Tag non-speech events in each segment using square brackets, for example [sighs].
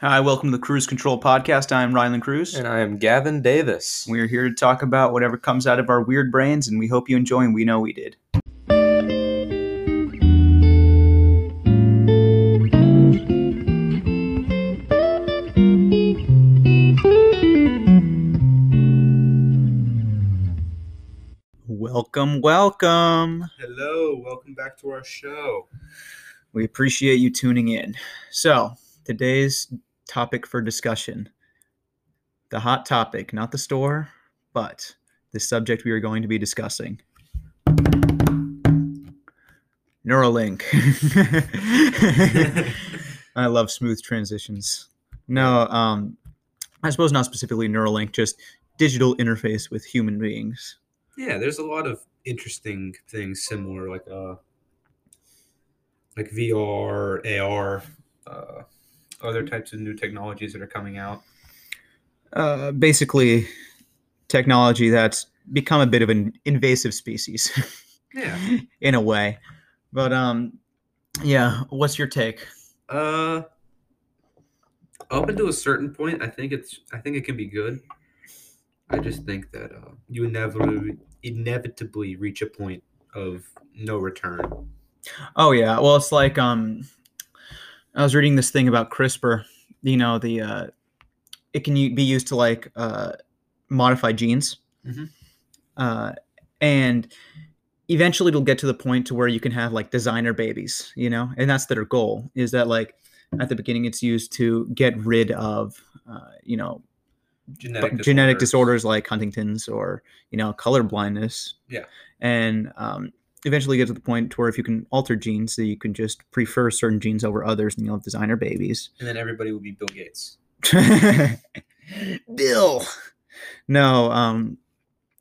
Hi, welcome to the Cruise Control Podcast. I'm Rylan Cruz. And I am Gavin Davis. We're here to talk about whatever comes out of our weird brains, and we hope you enjoy, and we know we did. Welcome, welcome. Hello, welcome back to our show. We appreciate you tuning in. So, today's topic for discussion the hot topic, not the store, but the subject we are going to be discussing Neuralink. [laughs] I love smooth transitions. No, um, I suppose not specifically Neuralink, just digital interface with human beings. Yeah, there's a lot of interesting things similar, like uh, like VR, AR, uh, other types of new technologies that are coming out. Uh, basically, technology that's become a bit of an invasive species [laughs] Yeah. in a way. But um, yeah, what's your take? Uh, up until a certain point, I think it's I think it can be good. I just think that uh, you inevitably inevitably reach a point of no return. Oh yeah, well it's like um, I was reading this thing about CRISPR. You know the uh, it can u- be used to like uh, modify genes, Mhm. uh, and eventually it'll get to the point to where you can have like designer babies. You know, and that's their goal is that like at the beginning it's used to get rid of uh, you know Genetic but genetic disorders. disorders like Huntington's or you know color blindness. Yeah. and um, eventually get to the point to where if you can alter genes, so you can just prefer certain genes over others, and you'll have designer babies. and then everybody will be Bill Gates. [laughs] Bill, no, um,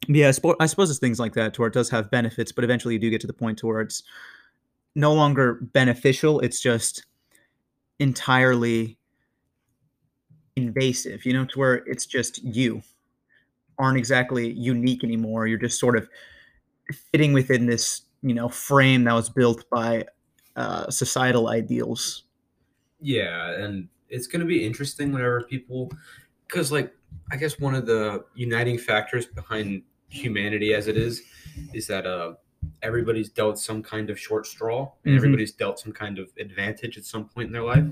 yeah, I spo- I suppose it's things like that to where it does have benefits, but eventually you do get to the point to where it's no longer beneficial. It's just entirely invasive, you know, to where it's just you aren't exactly unique anymore. You're just sort of fitting within this, you know, frame that was built by uh, societal ideals. Yeah, and it's going to be interesting whenever people, because like I guess one of the uniting factors behind humanity as it is, is that uh everybody's dealt some kind of short straw, and Mhm. everybody's dealt some kind of advantage at some point in their life.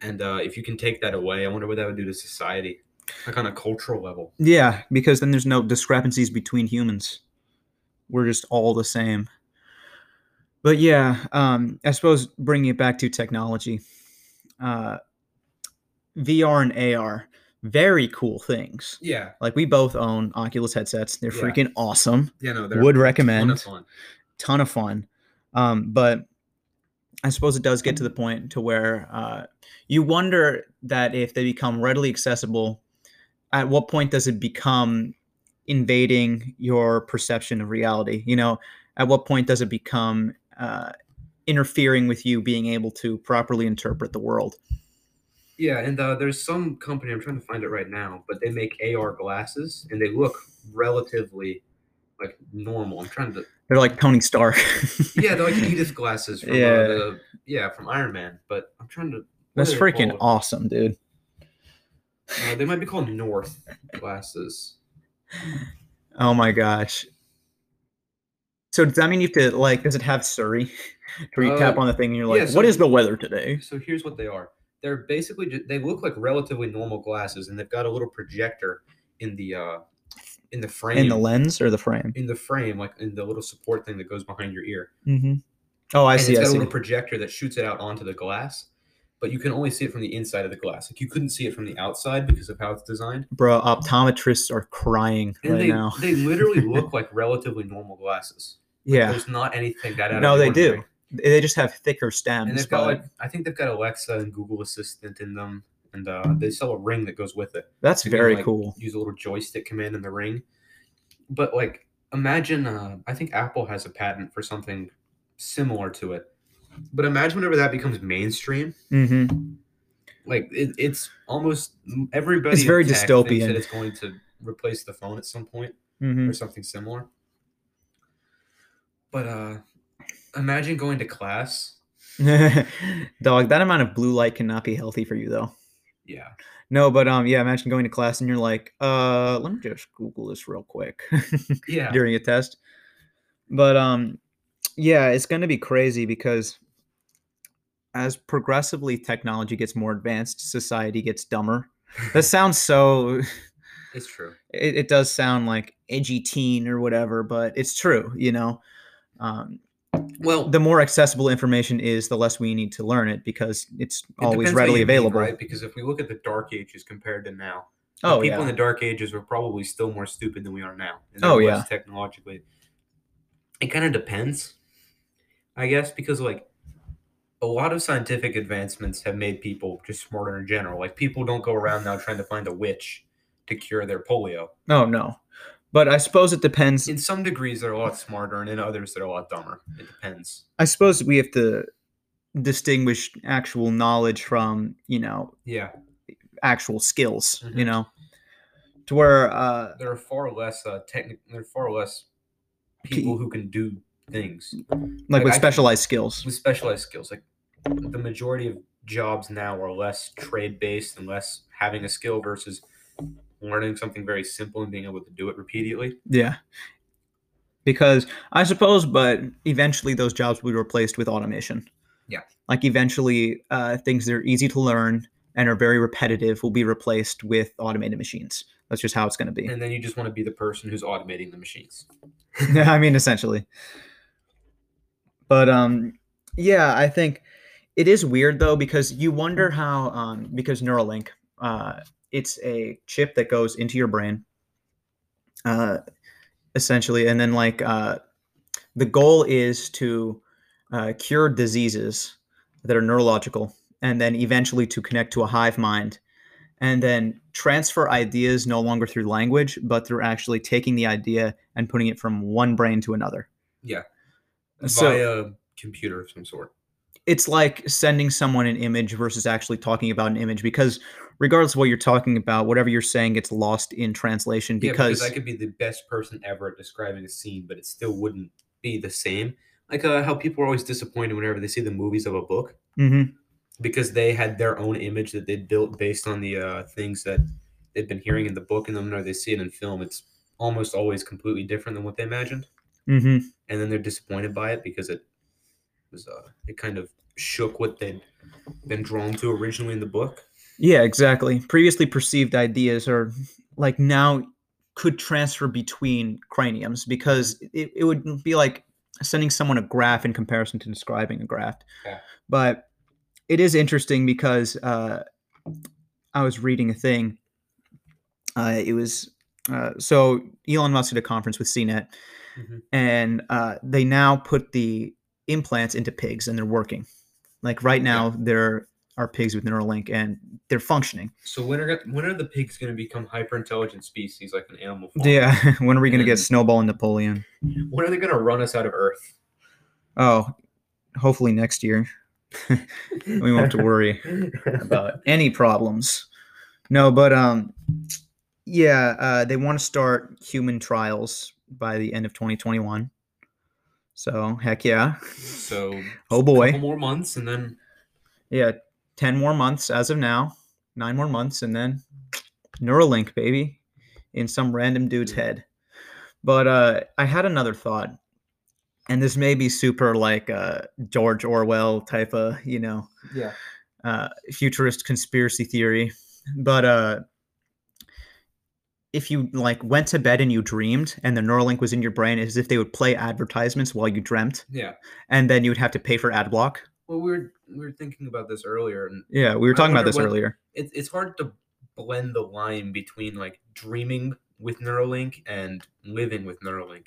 And uh, if you can take that away, I wonder what that would do to society, like on a cultural level. Yeah, because then there's no discrepancies between humans. We're just all the same. But yeah, um, I suppose bringing it back to technology, uh, VR and AR, very cool things. Yeah, Like we both own Oculus headsets; they're Yeah. freaking awesome. yeah, no, Would recommend. ton of fun. ton of fun. Um, but I suppose it does get to the point to where uh, you wonder that if they become readily accessible, at what point does it become invading your perception of reality? You know, at what point does it become uh, interfering with you being able to properly interpret the world? Yeah, and uh, there's some company I'm trying to find it right now, but they make AR glasses and they look relatively like normal. I'm trying to They're like Tony Stark. [laughs] yeah, they're like [laughs] Edith glasses from Yeah. yeah. the yeah from Iron Man, but I'm trying to. what That's are they freaking called? awesome, dude. Uh, they might be called North glasses. Oh my gosh. So does that mean you have to like? Does it have Surrey? [laughs] Where you tap Uh, on the thing and you're yeah, like, so "What is you- the weather today?" So here's what they are. They're basically ju- they look like relatively normal glasses, and they've got a little projector in the uh in the frame In the lens or the frame? in the frame like in the little support thing that goes behind your ear. Mm-hmm. Oh, I and see. It's I got a see. little projector that shoots it out onto the glass, but you can only see it from the inside of the glass. Like you couldn't see it from the outside because of how it's designed. Bro, optometrists are crying And right they now. they [laughs] literally look like relatively normal glasses. Yeah, There's not anything that out No, of the they do. ordinary. they just have thicker And stems. they've but got like I think they've got Alexa and Google Assistant in them, and uh, Hmm. they sell a ring that goes with it. that's you can, very like, cool. Use a little joystick command in the ring. But like imagine uh, I think Apple has a patent for something similar to it. But imagine whenever that becomes mainstream, hmm like it, it's almost everybody. It's in very tech thinks dystopian. That it's going to replace the phone at some point hmm or something similar. But uh, imagine going to class Mm-hmm. [laughs] Dog, that amount of blue light cannot be healthy for you though. Yeah. No, but um, yeah, imagine going to class and you're like, uh, let me just Google this real quick Yeah. during a test. But um, yeah, it's going to be crazy because as progressively technology gets more advanced, society gets [laughs] dumber. That sounds so. It's true. It, it does sound like edgy teen or whatever, but it's true. You know, um, Well, the more accessible information is, the less we need to learn it because it's it always depends what readily you mean, available. right? Because if we look at the dark ages compared to now, the Oh people yeah. in the dark ages were probably still more stupid than we are now. and Oh, it was yeah. technologically. It kind of depends, I guess, because like a lot of scientific advancements have made people just smarter in general. Like people don't go around now trying to find a witch to cure their polio. Oh no. But I suppose it depends. In some degrees, they're a lot smarter, and in others, they're a lot dumber. It depends. I suppose we have to distinguish actual knowledge from, you know, Yeah, actual skills, you Mhm. know, to where, uh, there are far less uh, technic. There are far less people who can do things. like Like, with I can- specialized skills. with specialized skills. Like the majority of jobs now are less trade based and less having a skill versus learning something very simple and being able to do it repeatedly. Yeah. Because I suppose, but eventually those jobs will be replaced with automation. Yeah. Like eventually uh, things that are easy to learn and are very repetitive will be replaced with automated machines. That's just how it's going to be. And then you just want to be the person who's automating the machines. [laughs] I mean, essentially. But um, yeah, I think it is weird though because you wonder how um, because Neuralink, uh, it's a chip that goes into your brain, uh, essentially, and then like uh, the goal is to uh, cure diseases that are neurological, and then eventually to connect to a hive mind. And then transfer ideas no longer through language, but through actually taking the idea and putting it from one brain to another. So- via computer of some sort. It's like sending someone an image versus actually talking about an image because regardless of what you're talking about, whatever you're saying gets lost in translation Yeah, because because I could be the best person ever at describing a scene, but it still wouldn't be the same. Like uh, how people are always disappointed whenever they see the movies of a book. Mhm. because they had their own image that they built based on the uh, things that they've been hearing in the book and then when they see it in film it's almost always completely different than what they imagined Mhm. and then they're disappointed by it because it was uh, it kind of shook what they'd been drawn to originally in the book Yeah, exactly. Previously perceived ideas are like now could transfer between craniums because it, it would be like sending someone a graph in comparison to describing a graph. Yeah. But it is interesting because uh, I was reading a thing. Uh, it was uh, so Elon Musk did a conference with CNET, Mhm. and uh, they now put the implants into pigs and they're working. Like right now, there are pigs with Neuralink and they're functioning. so when are when are the pigs going to become hyper intelligent species like an animal farm? Yeah. [laughs] when are we going to get And- Snowball and Napoleon? when are they going to run us out of earth Oh, hopefully next year. [laughs] we won't have to worry [laughs] about any problems. No, but um, yeah, uh, they want to start human trials by the end of 2021. So heck yeah, [laughs] so oh a couple boy, more months and then yeah, ten more months as of now, nine more months, and then Neuralink, baby, in some random dude's head. But uh, I had another thought, and this may be super like uh, George Orwell type of you know yeah uh, futurist conspiracy theory, but uh, if you like went to bed and you dreamed, and the Neuralink was in your brain, it's as if they would play advertisements while you dreamt, yeah and then you would have to pay for ad block. well we were we were thinking about this earlier and Yeah, we were I talking about wonder this what- earlier. it, it's hard to blend the line between like dreaming with Neuralink and living with Neuralink.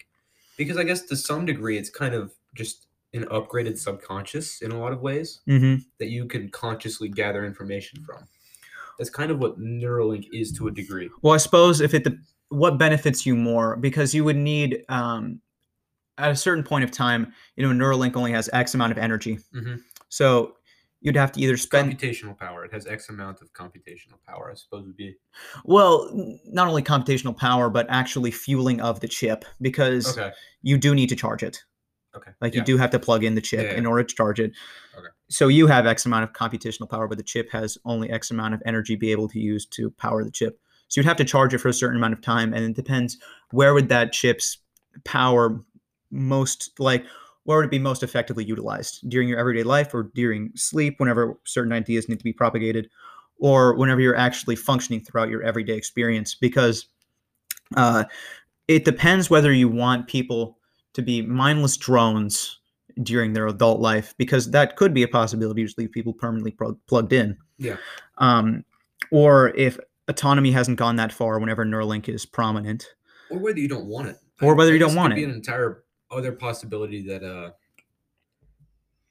Because I guess to some degree it's kind of just an upgraded subconscious in a lot of ways hmm that you can consciously gather information from. That's kind of what Neuralink is to a degree. Well, I suppose if it de- what benefits you more because you would need um, at a certain point of time, you know, Neuralink only has X amount of energy, Mhm. so you'd have to either spend Computational power. It has X amount of computational power, I suppose would be Well, n- not only computational power, but actually fueling of the chip because Okay. you do need to charge it. Okay. Like yeah. you do have to plug in the chip Yeah, in order to charge it. Okay. so you have X amount of computational power, but the chip has only X amount of energy be able to use to power the chip. So you'd have to charge it for a certain amount of time, and it depends where would that chip's power most like where would it be most effectively utilized during your everyday life or during sleep whenever certain ideas need to be propagated or whenever you're actually functioning throughout your everyday experience because uh, it depends whether you want people to be mindless drones during their adult life because that could be a possibility to leave people permanently plug- plugged in Yeah. um, or if autonomy hasn't gone that far whenever neuralink is prominent or whether you don't want it, Or I- whether I you don't guess want could Be it. an entire other possibility that uh,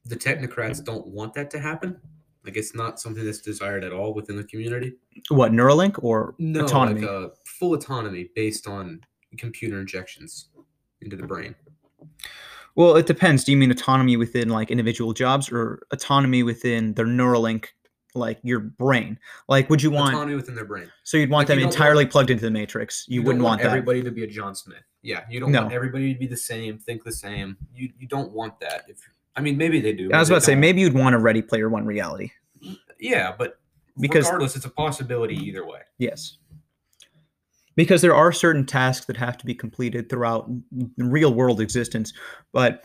the technocrats don't want that to happen. Like it's not something that's desired at all within the community. what neuralink or No, autonomy like uh, full autonomy based on computer injections into the brain. Well, it depends. Do you mean autonomy within like individual jobs or autonomy within their Neuralink, like your brain? Like, would you want? autonomy within their brain. so you'd want like, you them don't entirely want- plugged into the matrix. You, don't wouldn't want, that. everybody to be a John Smith. Yeah, you don't want No. everybody to be the same, think the same. You you don't want that. If I mean, maybe they do. I was but about to say they maybe you'd want a Ready Player One reality. don't. Yeah, but Because- regardless, it's a possibility either way. Yes. Because there are certain tasks that have to be completed throughout n- real world existence. But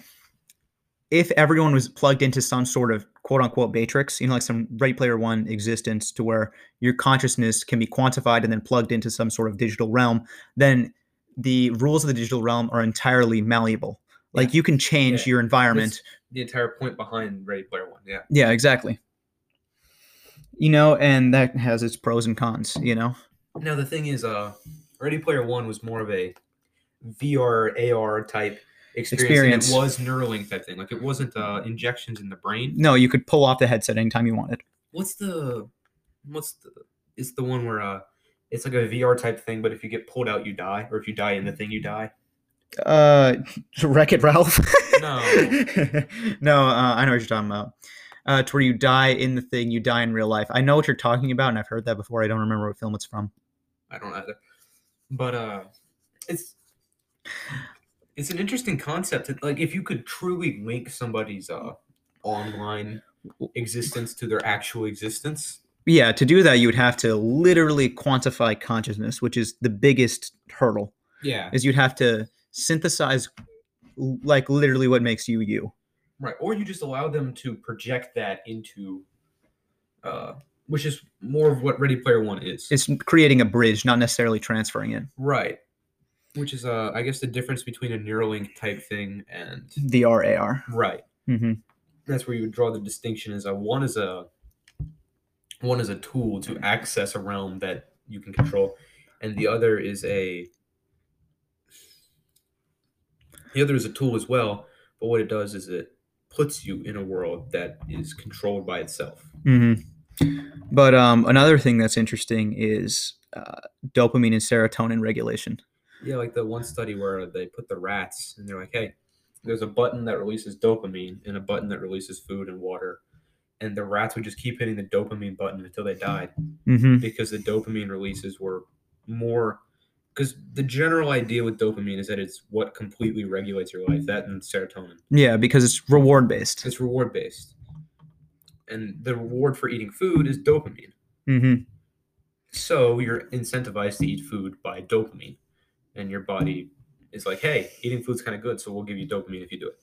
if everyone was plugged into some sort of quote unquote matrix, you know, like some Ready Player One existence to where your consciousness can be quantified and then plugged into some sort of digital realm, then the rules of the digital realm are entirely malleable. Like you can change Yeah. your environment The entire point behind Ready Player One. Yeah. yeah, exactly. You know, and that has its pros and cons, you know? Now the thing is, uh, Ready Player One was more of a VR AR type experience. Experience. than It was Neuralink type thing. Like it wasn't uh, injections in the brain. No, you could pull off the headset anytime you wanted. What's the what's the it's the one where uh it's like a VR type thing, but if you get pulled out, you die, or if you die in the thing, you die. Uh, Wreck It Ralph. No. [laughs] no, uh, I know what you're talking about. Uh, to where you die in the thing, you die in real life. I know what you're talking about, and I've heard that before. I don't remember what film it's from. I don't either. But uh it's it's an interesting concept. It- Like if you could truly link somebody's uh online existence to their actual existence. Yeah, to do that, you would have to literally quantify consciousness, which is the biggest hurdle. Yeah. Is you'd have to synthesize, l- like literally, what makes you you. Right. Or you just allow them to project that into uh which is more of what Ready Player One is. It's creating a bridge, not necessarily transferring it. right. Which is uh I guess the difference between a Neuralink type thing and VR AR. Right. hmm that's where you would draw the distinction is a one is a one is a tool to access a realm that you can control and the other is a the other is a tool as well but what it does is it puts you in a world that is controlled by itself hmm But um, another thing that's interesting is uh, dopamine and serotonin regulation. yeah like the one study where they put the rats and they're like hey there's a button that releases dopamine and a button that releases food and water and the rats would just keep hitting the dopamine button until they died hmm because the dopamine releases were more because the general idea with dopamine is that it's what completely regulates your life that and serotonin Yeah, because it's reward based. it's reward based and the reward for eating food is dopamine hmm Mm-hmm. so you're incentivized to eat food by dopamine and your body is like hey eating food's kind of good so we'll give you dopamine if you do it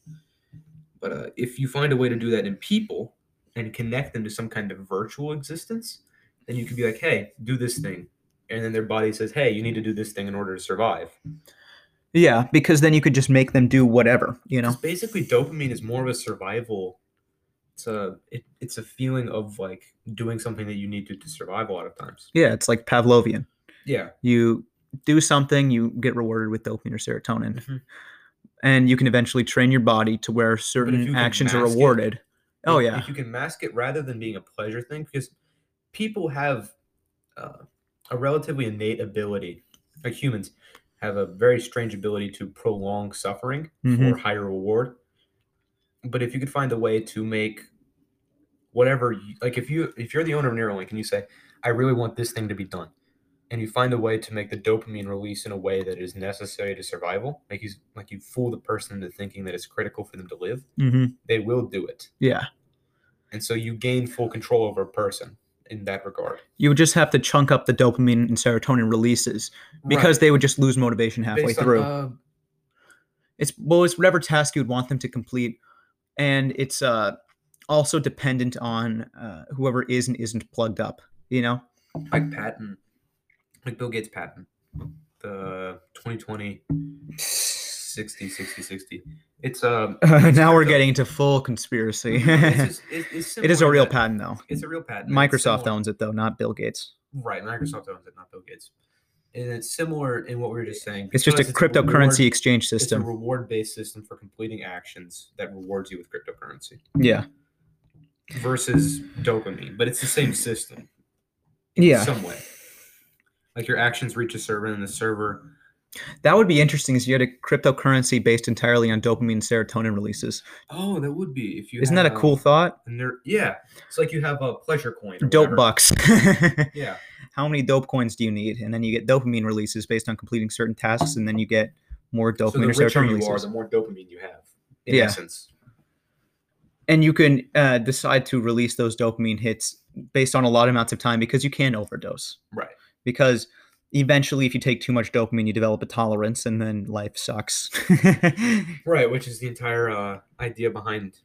but uh, if you find a way to do that in people and connect them to some kind of virtual existence then you could be like hey do this thing and then their body says hey you need to do this thing in order to survive Yeah, because then you could just make them do whatever, you know? Because basically dopamine is more of a survival it's a it, it's a feeling of like doing something that you need to to survive a lot of times Yeah, it's like Pavlovian. yeah You do something, you get rewarded with dopamine or serotonin, Mhm. and you can eventually train your body to where you certain can actions are mask it- rewarded. Oh, if- yeah. If you can mask it rather than being a pleasure thing, because people have uh, a relatively innate ability, like humans have a very strange ability to prolong suffering Mhm. for higher reward. But if you could find a way to make whatever, you, like if you if you're the owner of Neuralink and you say, I really want this thing to be done. And you find a way to make the dopamine release in a way that is necessary to survival, like you s- like you fool the person into thinking that it's critical for them to live. hmm They will do it. Mm-hmm. Yeah. and so you gain full control over a person in that regard. You would just have to chunk up the dopamine and serotonin releases because they would just lose motivation halfway Based on, through. uh, it's well, it's whatever task you'd want them to complete, and it's uh, also dependent on uh, whoever is and isn't plugged up. You [laughs] know, like Patton, like Bill Gates' Patton, the 2020 60 60 60. [laughs] It's um it's now we're crypto. getting into full conspiracy. [laughs] Mm-hmm. It's it just- it's- is it's a similar real to- patent, though. It's a real patent. and it's Microsoft similar- owns it, though, not Bill Gates. Right, Microsoft owns it, not Bill Gates. And it's similar in what we were just saying. It's just a because cryptocurrency reward- exchange It's a system. reward-based system for completing actions that rewards you with cryptocurrency yeah, versus dopamine, but it's the same system. yeah. some way. Like your actions reach a server, and the server. that would be interesting. Is you had a cryptocurrency based entirely on dopamine and serotonin releases? Oh, that would be if you. Isn't that a have, cool thought? And there, yeah, it's like you have a pleasure coin. or Dope whatever. bucks. [laughs] Yeah, how many dope coins do you need? And then you get dopamine releases based on completing certain tasks, and then you get more so the dopamine or richer serotonin you releases. are, the more dopamine you have. In Yeah. essence, and you can uh, decide to release those dopamine hits based on a lot amounts of time because you can overdose. right. Because eventually, if you take too much dopamine, you develop a tolerance, and then life sucks. [laughs] Right, which is the entire uh, idea behind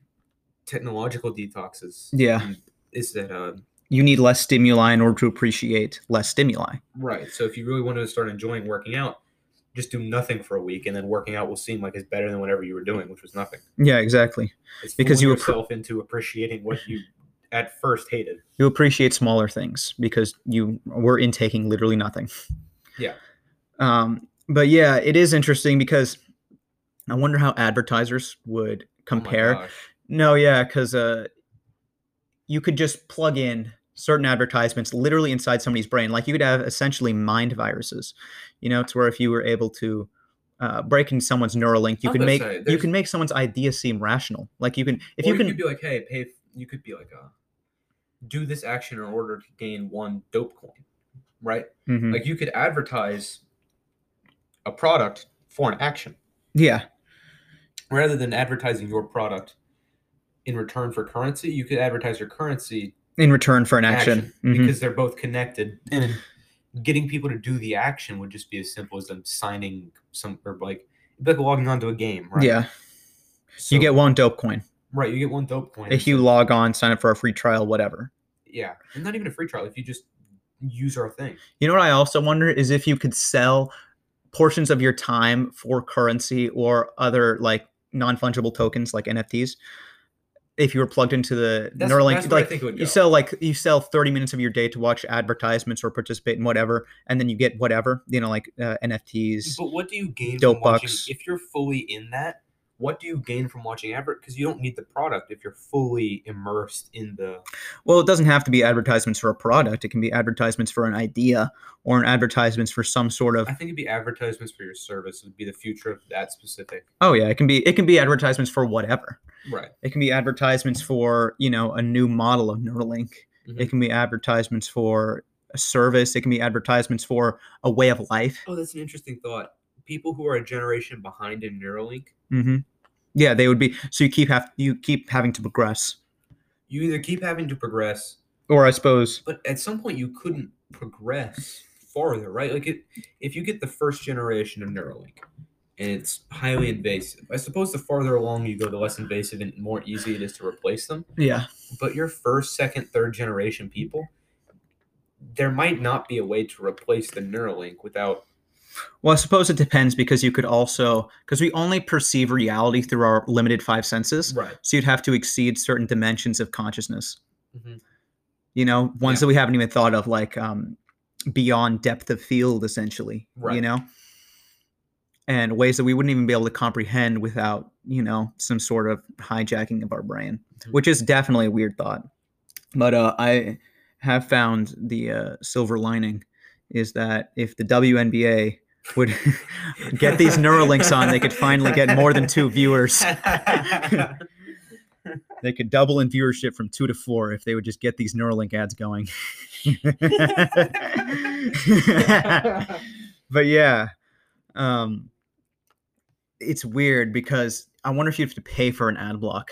technological detoxes. yeah, Is that uh, you need less stimuli in order to appreciate less stimuli. right? So if you really wanted to start enjoying working out, just do nothing for a week, and then working out will seem like it's better than whatever you were doing, which was nothing. Yeah, exactly. It's Because fooling you appre- yourself into appreciating what you at first hated. Oh You appreciate smaller things because you were intaking literally nothing. Yeah. Um, but yeah, it is interesting because I wonder how advertisers would Oh my compare. gosh. No, yeah, because uh, you could just plug in certain advertisements literally inside somebody's brain. Like you could have essentially mind viruses, you know, to where if you were able to uh, break in someone's Neuralink, you can I was gonna make say, you there's- can make someone's idea seem rational. Like you can if Or you can could be like, hey, pay. f- You could be like, uh, do this action in order to gain one dope coin, right? Mhm. Like you could advertise a product for an action yeah, rather than advertising your product in return for currency. You could advertise your currency in return for an action. Mhm. because they're both connected and. Getting people to do the action would just be as simple as them signing some or like, it'd be like logging onto a game, right? Yeah, So- you get one dope coin. right. You get one dope coin. If you instead. log on, sign up for a free trial, whatever. yeah, and not even a free trial. If you just use our thing, You know what I also wonder is if you could sell portions of your time for currency or other like non-fungible tokens like NFTs. If you were plugged into the That's- Neuralink, that's where I like think it would you go. sell like you sell thirty minutes of your day to watch advertisements or participate in whatever, and then you get whatever you know, like uh, NFTs. But what do you gain Dope from watching bucks. if you're fully in that? What do you gain from watching advert? Because you don't need the product if you're fully immersed in the. Well, it doesn't have to be advertisements for a product; it can be advertisements for an idea or an advertisements for some sort of. I think it'd be advertisements for your service would be the future of that specific. Oh yeah, it can be it can be advertisements for whatever. Right. It can be advertisements for you know a new model of Neuralink. It Mhm. can be advertisements for a service. It can be advertisements for a way of life. Oh, that's an interesting thought. People who are a generation behind in Neuralink, hmm Yeah, they would be. So you keep have you keep having to progress, you either keep having to progress, or I suppose but at some point you couldn't progress farther, right? Like it, if you get the first generation of Neuralink. And it's highly invasive. I suppose the farther along you go, the less invasive and more easy it is to replace them. yeah, but your first, second, third generation people, there might not be a way to replace the Neuralink without. Well, I suppose it depends because you could also because we only perceive reality through our limited five senses. [laughs] Right. So you'd have to exceed certain dimensions of consciousness. Mhm. You know, ones Yeah. that we haven't even thought of, like um, beyond depth of field, essentially. You Right. know, and ways that we wouldn't even be able to comprehend without you know some sort of hijacking of our brain, Mhm. which is definitely a weird thought. But uh, I have found the uh, silver lining is that if the WNBA would [laughs] get these Neuralinks on, they could finally get more than two viewers. they could double in viewership from two to four if they would just get these Neuralink ads going. [laughs] but yeah, um, it's weird because I wonder if you have to pay for an ad block.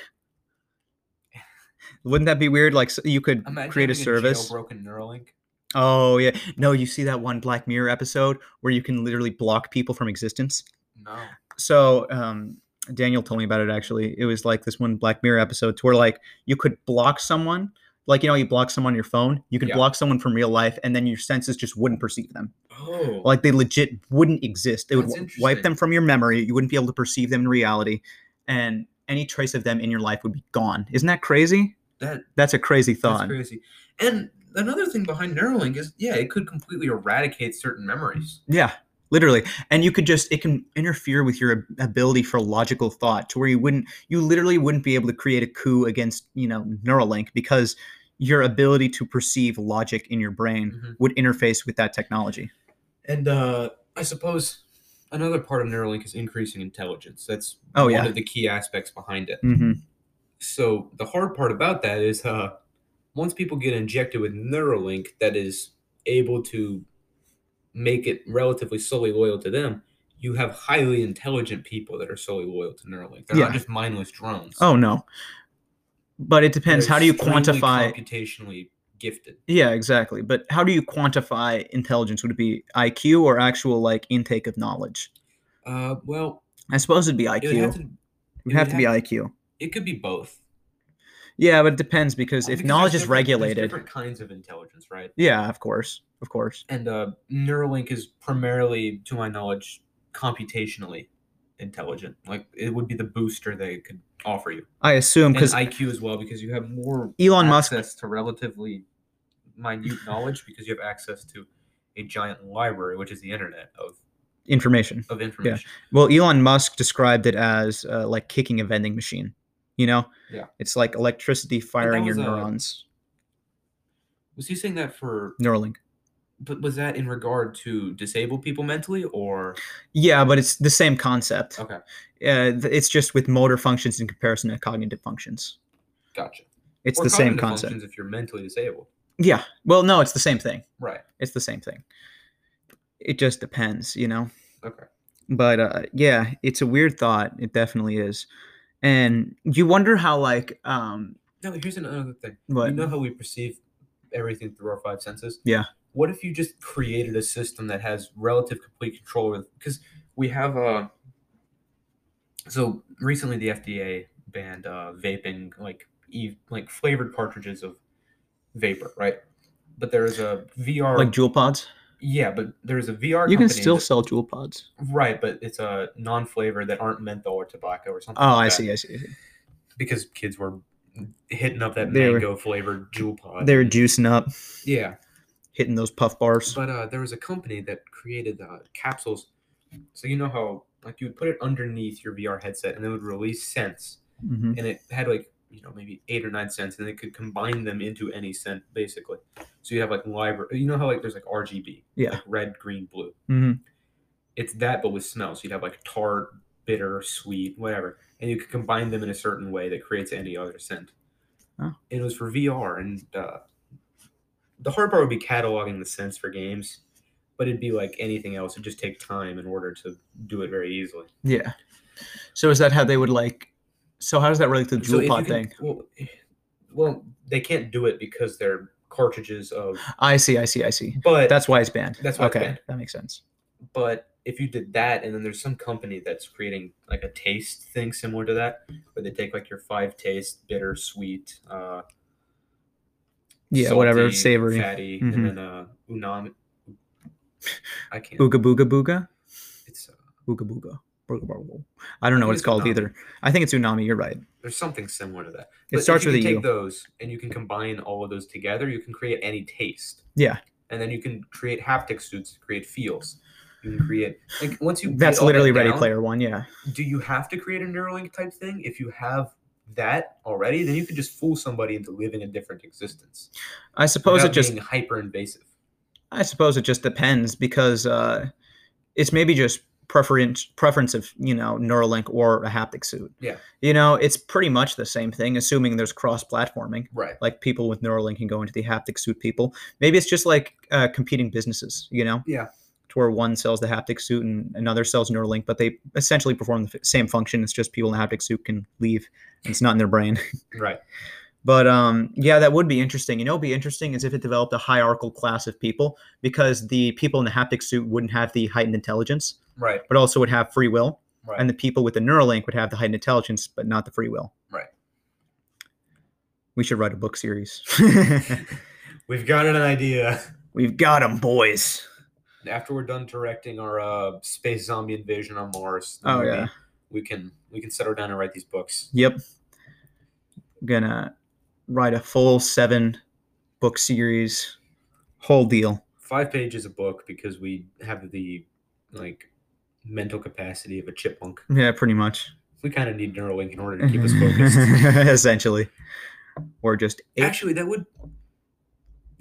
Wouldn't that be weird? Like s- you could [laughs] Imagine create a having service. Broken Neuralink. oh yeah, no, you see that one Black Mirror episode where you can literally block people from existence. No. So um, Daniel told me about it actually. It was like this one Black Mirror episode to where like you could block someone. Like you know, you block someone on your phone. You could Yeah. block someone from real life, and then your senses just wouldn't perceive them. Oh. Like they legit wouldn't exist. They would That's w- wipe them interesting. from your memory. You wouldn't be able to perceive them in reality, and any trace of them in your life would be gone. Isn't that crazy? that That's a crazy that's thought. crazy. And another thing behind Neuralink is, yeah, it could completely eradicate certain memories. Yeah, literally. And you could just it can interfere with your ab- ability for logical thought to where you wouldn't you literally wouldn't be able to create a coup against, you know, Neuralink because your ability to perceive logic in your brain Mhm. would interface with that technology. And uh, I suppose another part of Neuralink is increasing intelligence. That's Oh, one yeah. of the key aspects behind it. hmm So the hard part about that is, uh, once people get injected with Neuralink, that is able to make it relatively solely loyal to them. You have highly intelligent people that are solely loyal to Neuralink. They're Yeah. not just mindless drones. Oh no. But it depends. They're How do you extremely quantify? computationally gifted? Yeah, exactly. But how do you quantify intelligence? Would it be IQ or actual like intake of knowledge? Uh, well, I suppose it'd be IQ. it would have to. It would it have would to be have- IQ. It could be both. Yeah, but it depends because Because if there's knowledge is different- there's regulated, different kinds of intelligence, right? Yeah, of course, of course. And uh, Neuralink is primarily, to my knowledge, computationally intelligent. Like it would be the booster they could offer you, I assume and because IQ as well, because you have more Elon Musk. access to relatively [laughs] minute knowledge because you have access to a giant library, which is the internet of information. of information. Well, Elon Musk described it as uh, like kicking a vending machine. You know. Yeah. It's like electricity firing your was, uh, neurons. Was he saying that for? Neuralink. But was that in regard to disabled people mentally, or Yeah, but it's the same concept. Okay. Uh, th- it's just with motor functions in comparison to cognitive functions. gotcha? It's Or the same cognitive concept. functions If you're mentally disabled, Yeah. Well, no, it's the same thing. right? It's the same thing. It just depends, you know. Okay. but uh, yeah it's a weird thought it definitely is and you wonder how like um No, here's another thing. what you know how we perceive everything through our five senses Yeah. what if you just created a system that has relative complete control over because we have uh so recently the fda banned uh vaping like e- like flavored cartridges of vapor right but there's a vr like jewel pods yeah but there's a vr you can company still that- sell jewel pods right but it's a non-flavor that aren't menthol or tobacco or something oh like i that, see i see I see. because kids were hitting up that They were- mango flavored jewel pod they're juicing up yeah hitting those puff bars But uh, there was a company that created uh, capsules. So you know how like you would put it underneath your VR headset, and it would release scents, hmm and it had like you know maybe eight or nine scents, and it could combine them into any scent basically. So you have like library. You know how like there's like RGB, Yeah. like red, green, blue. hmm It's that, but with smell. So you'd have like tart, bitter, sweet, whatever, and you could combine them in a certain way that creates any other scent. Oh. And it was for VR, and uh, the hard part would be cataloging the scents for games, but it'd be like anything else. It'd just take time in order to do it very easily. yeah so is that how they would like so how does that relate to the So jewel if you pod can- thing Well, eh, well, they can't do it because they're cartridges [gasps] of. i see i see i see But that's why it's banned That's why it's okay banned. that makes sense but if you did that and then there's some company that's creating like a taste thing similar to that where they take like your five taste bitter sweet uh yeah whatever salty, savory fatty Mhm. and then uh unami i can't ooga booga booga it's uh, ooga booga Booga booga booga. i don't know think what it's it's called Unami. either i think it's unami you're right there's something similar to that it But if starts you with a can u take those and you can combine all of those together you can create any taste Yeah. and then you can create haptic suits to create feels you can create like once you That's get all that literally Ready down- Player One, yeah. do you have to create a Neuralink type thing? If you have that already, then you could just fool somebody into living a different existence. I suppose it without just being hyper invasive. I suppose it just depends because uh, it's maybe just preference preference of you know Neuralink or a haptic suit. Yeah. You know, it's pretty much the same thing, assuming there's cross platforming. Right. Like people with Neuralink can go into the haptic suit people. Maybe it's just like uh, competing businesses. You know. Yeah. To where one sells the haptic suit and another sells Neuralink, but they essentially perform the f- same function. It's just people in the haptic suit can leave. and It's not in their brain. Right. But um, yeah, that would be interesting. You know, what would be interesting is if it developed a hierarchical class of people because the people in the haptic suit wouldn't have the heightened intelligence, Right. but also would have free will, Right. and the people with the Neuralink would have the heightened intelligence, but not the free will. Right. We should write a book series. [laughs] We've got an idea. [laughs] We've got them, boys. After we're done directing our uh, space zombie invasion on Mars, then Oh we- yeah. we can we can settle down and write these books. Yep. Gonna write a full seven book series, whole deal. Five pages a book because we have the like mental capacity of a chipmunk. Yeah, pretty much. We kind of need Neuralink in order to keep us Mm-hmm. [laughs] focused. [laughs] Essentially, or just eight. Actually, that would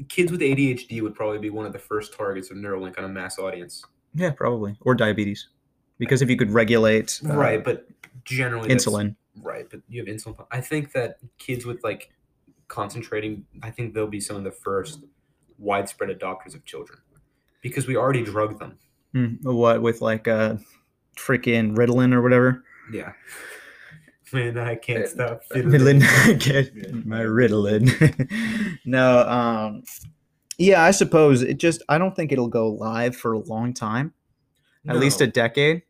kids with ADHD would probably be one of the first targets of Neuralink on a mass audience. Yeah, probably or diabetes, because if you could regulate uh, right, but generally that's- insulin. Right, but you have insulin. pump- I think that kids with like concentrating, I think they'll be some of the first widespread adopters of children because we already drug them. Mm, what with like uh, freaking Ritalin or whatever. Yeah. [laughs] Man, I can't Uh, stop [laughs] Ritalin, Yeah. get my Ritalin. [laughs] no, um, yeah, I suppose it just. I don't think it'll go live for a long time. at least a No, decade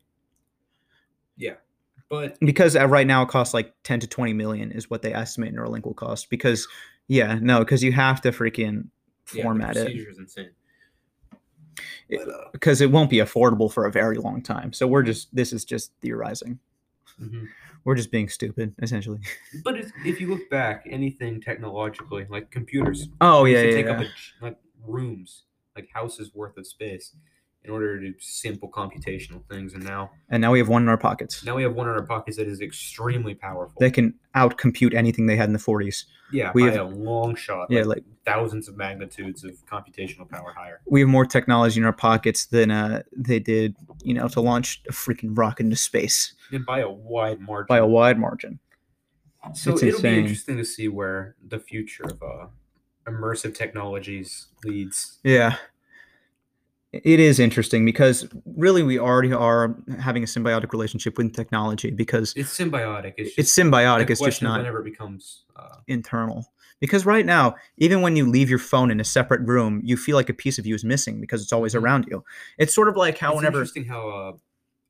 But because uh, right now it costs like 10 to 20 million is what they estimate neuralink will cost because yeah no because you have to freaking yeah, the format it procedure is insane. It- But, uh, because it won't be affordable for a very long time so we're just this is just theorizing mhm. we're just being stupid essentially [laughs] But if, if you look back, anything technologically, like computers, oh used yeah to yeah, take up yeah. a ch- like rooms, like houses worth of space, in order to do simple computational things. And now, and now we have one in our pockets now we have one in our pockets that is extremely powerful. they can outcompute anything they had in the 40s yeah, we by have- a long shot. yeah like like thousands of magnitudes of computational power higher. we have more technology in our pockets than uh, they did you know to launch a freaking rocket into space And by a wide margin. by a wide margin So It's it'll be insane. interesting to see where the future of uh, immersive technologies leads. Yeah. It is interesting because really we already are having a symbiotic relationship with technology because It's symbiotic. It's, just it's the symbiotic, it's just question of not Whenever it becomes, uh, internal. Because right now, even when you leave your phone in a separate room, you feel like a piece of you is missing because it's always Mhm. around you. It's sort of like how it's whenever interesting how uh,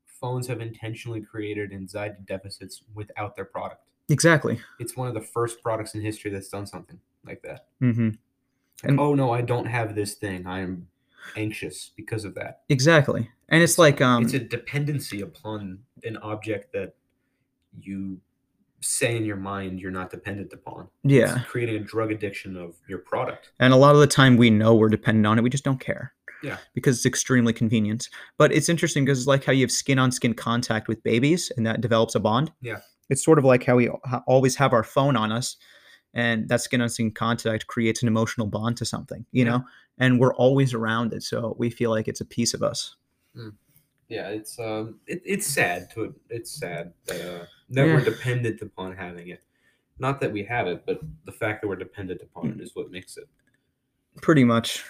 phones have intentionally created anxiety deficits without their product. exactly. It's one of the first products in history that's done something like that. hmm Like, And- oh no, I don't have this thing. I'm anxious because of that. Exactly. And it's like um it's a dependency upon an object that you say in your mind you're not dependent upon. It's yeah. creating a drug addiction of your product. And a lot of the time we know we're dependent on it, we just don't care. Yeah. Because it's extremely convenient. But it's interesting because it's like how you have skin on skin contact with babies and that develops a bond. Yeah. It's sort of like how we ha- always have our phone on us and that skin on skin contact creates an emotional bond to something, you Yeah. know? And we're always around it. So we feel like it's a piece of us. Yeah, it's um, it, it's sad to it's sad that uh, that Yeah. we're dependent upon having it. Not that we have it, but the fact that we're dependent upon it is what [laughs] makes it. Pretty much.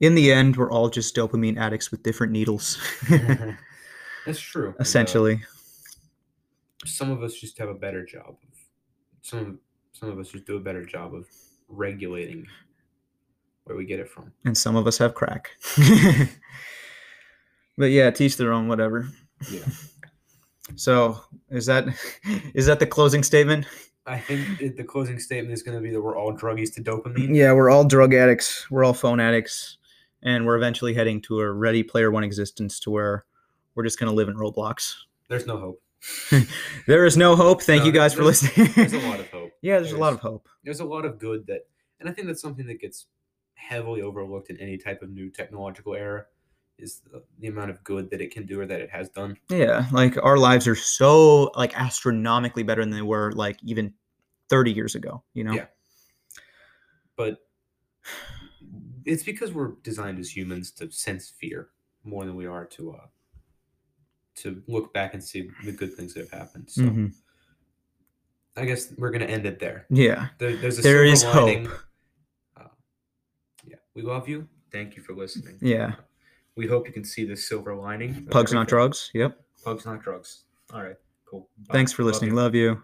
In the end, we're all just dopamine addicts with different [laughs] needles, That's true. and, uh, [laughs] essentially. some of us just have a better job. Of, some some of us just do a better job of regulating where we get it from. and some of us have [laughs] crack. [laughs] but yeah, teach their own, whatever. Yeah. [laughs] So is that [laughs] is that the closing statement? I [sighs] think it, the closing statement is going to be that we're all druggies to dopamine. Yeah, we're all drug addicts. We're all phone addicts, and we're eventually heading to a Ready Player One existence to where we're just gonna live in Roblox. There's no hope. There is no hope. Thank No, you there- guys for there's- listening. [laughs] There's a lot of hope. [laughs] yeah, there's a lot there's- of hope. There's a lot of good that, and I think that's something that gets heavily overlooked in any type of new technological era, is the, the amount of good that it can do or that it has done. Yeah, like our lives are so like astronomically better than they were like even 30 years ago. You know. Yeah. But it's because we're designed as humans to sense fear more than we are to uh to look back and see the good things that have happened. So Mhm. I guess we're gonna end it there. Yeah. There, there's a There is silver lining. hope. Uh, yeah, we love you. Thank you for listening. Yeah. We hope you can see the silver lining. of Pugs not everything. drugs. Yep. Pugs not drugs. All right, cool. Bye. Thanks for Love listening. you. Love you.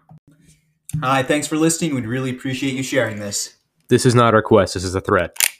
Hi, thanks for listening. We'd really appreciate you sharing this. This is not a request. This is a threat.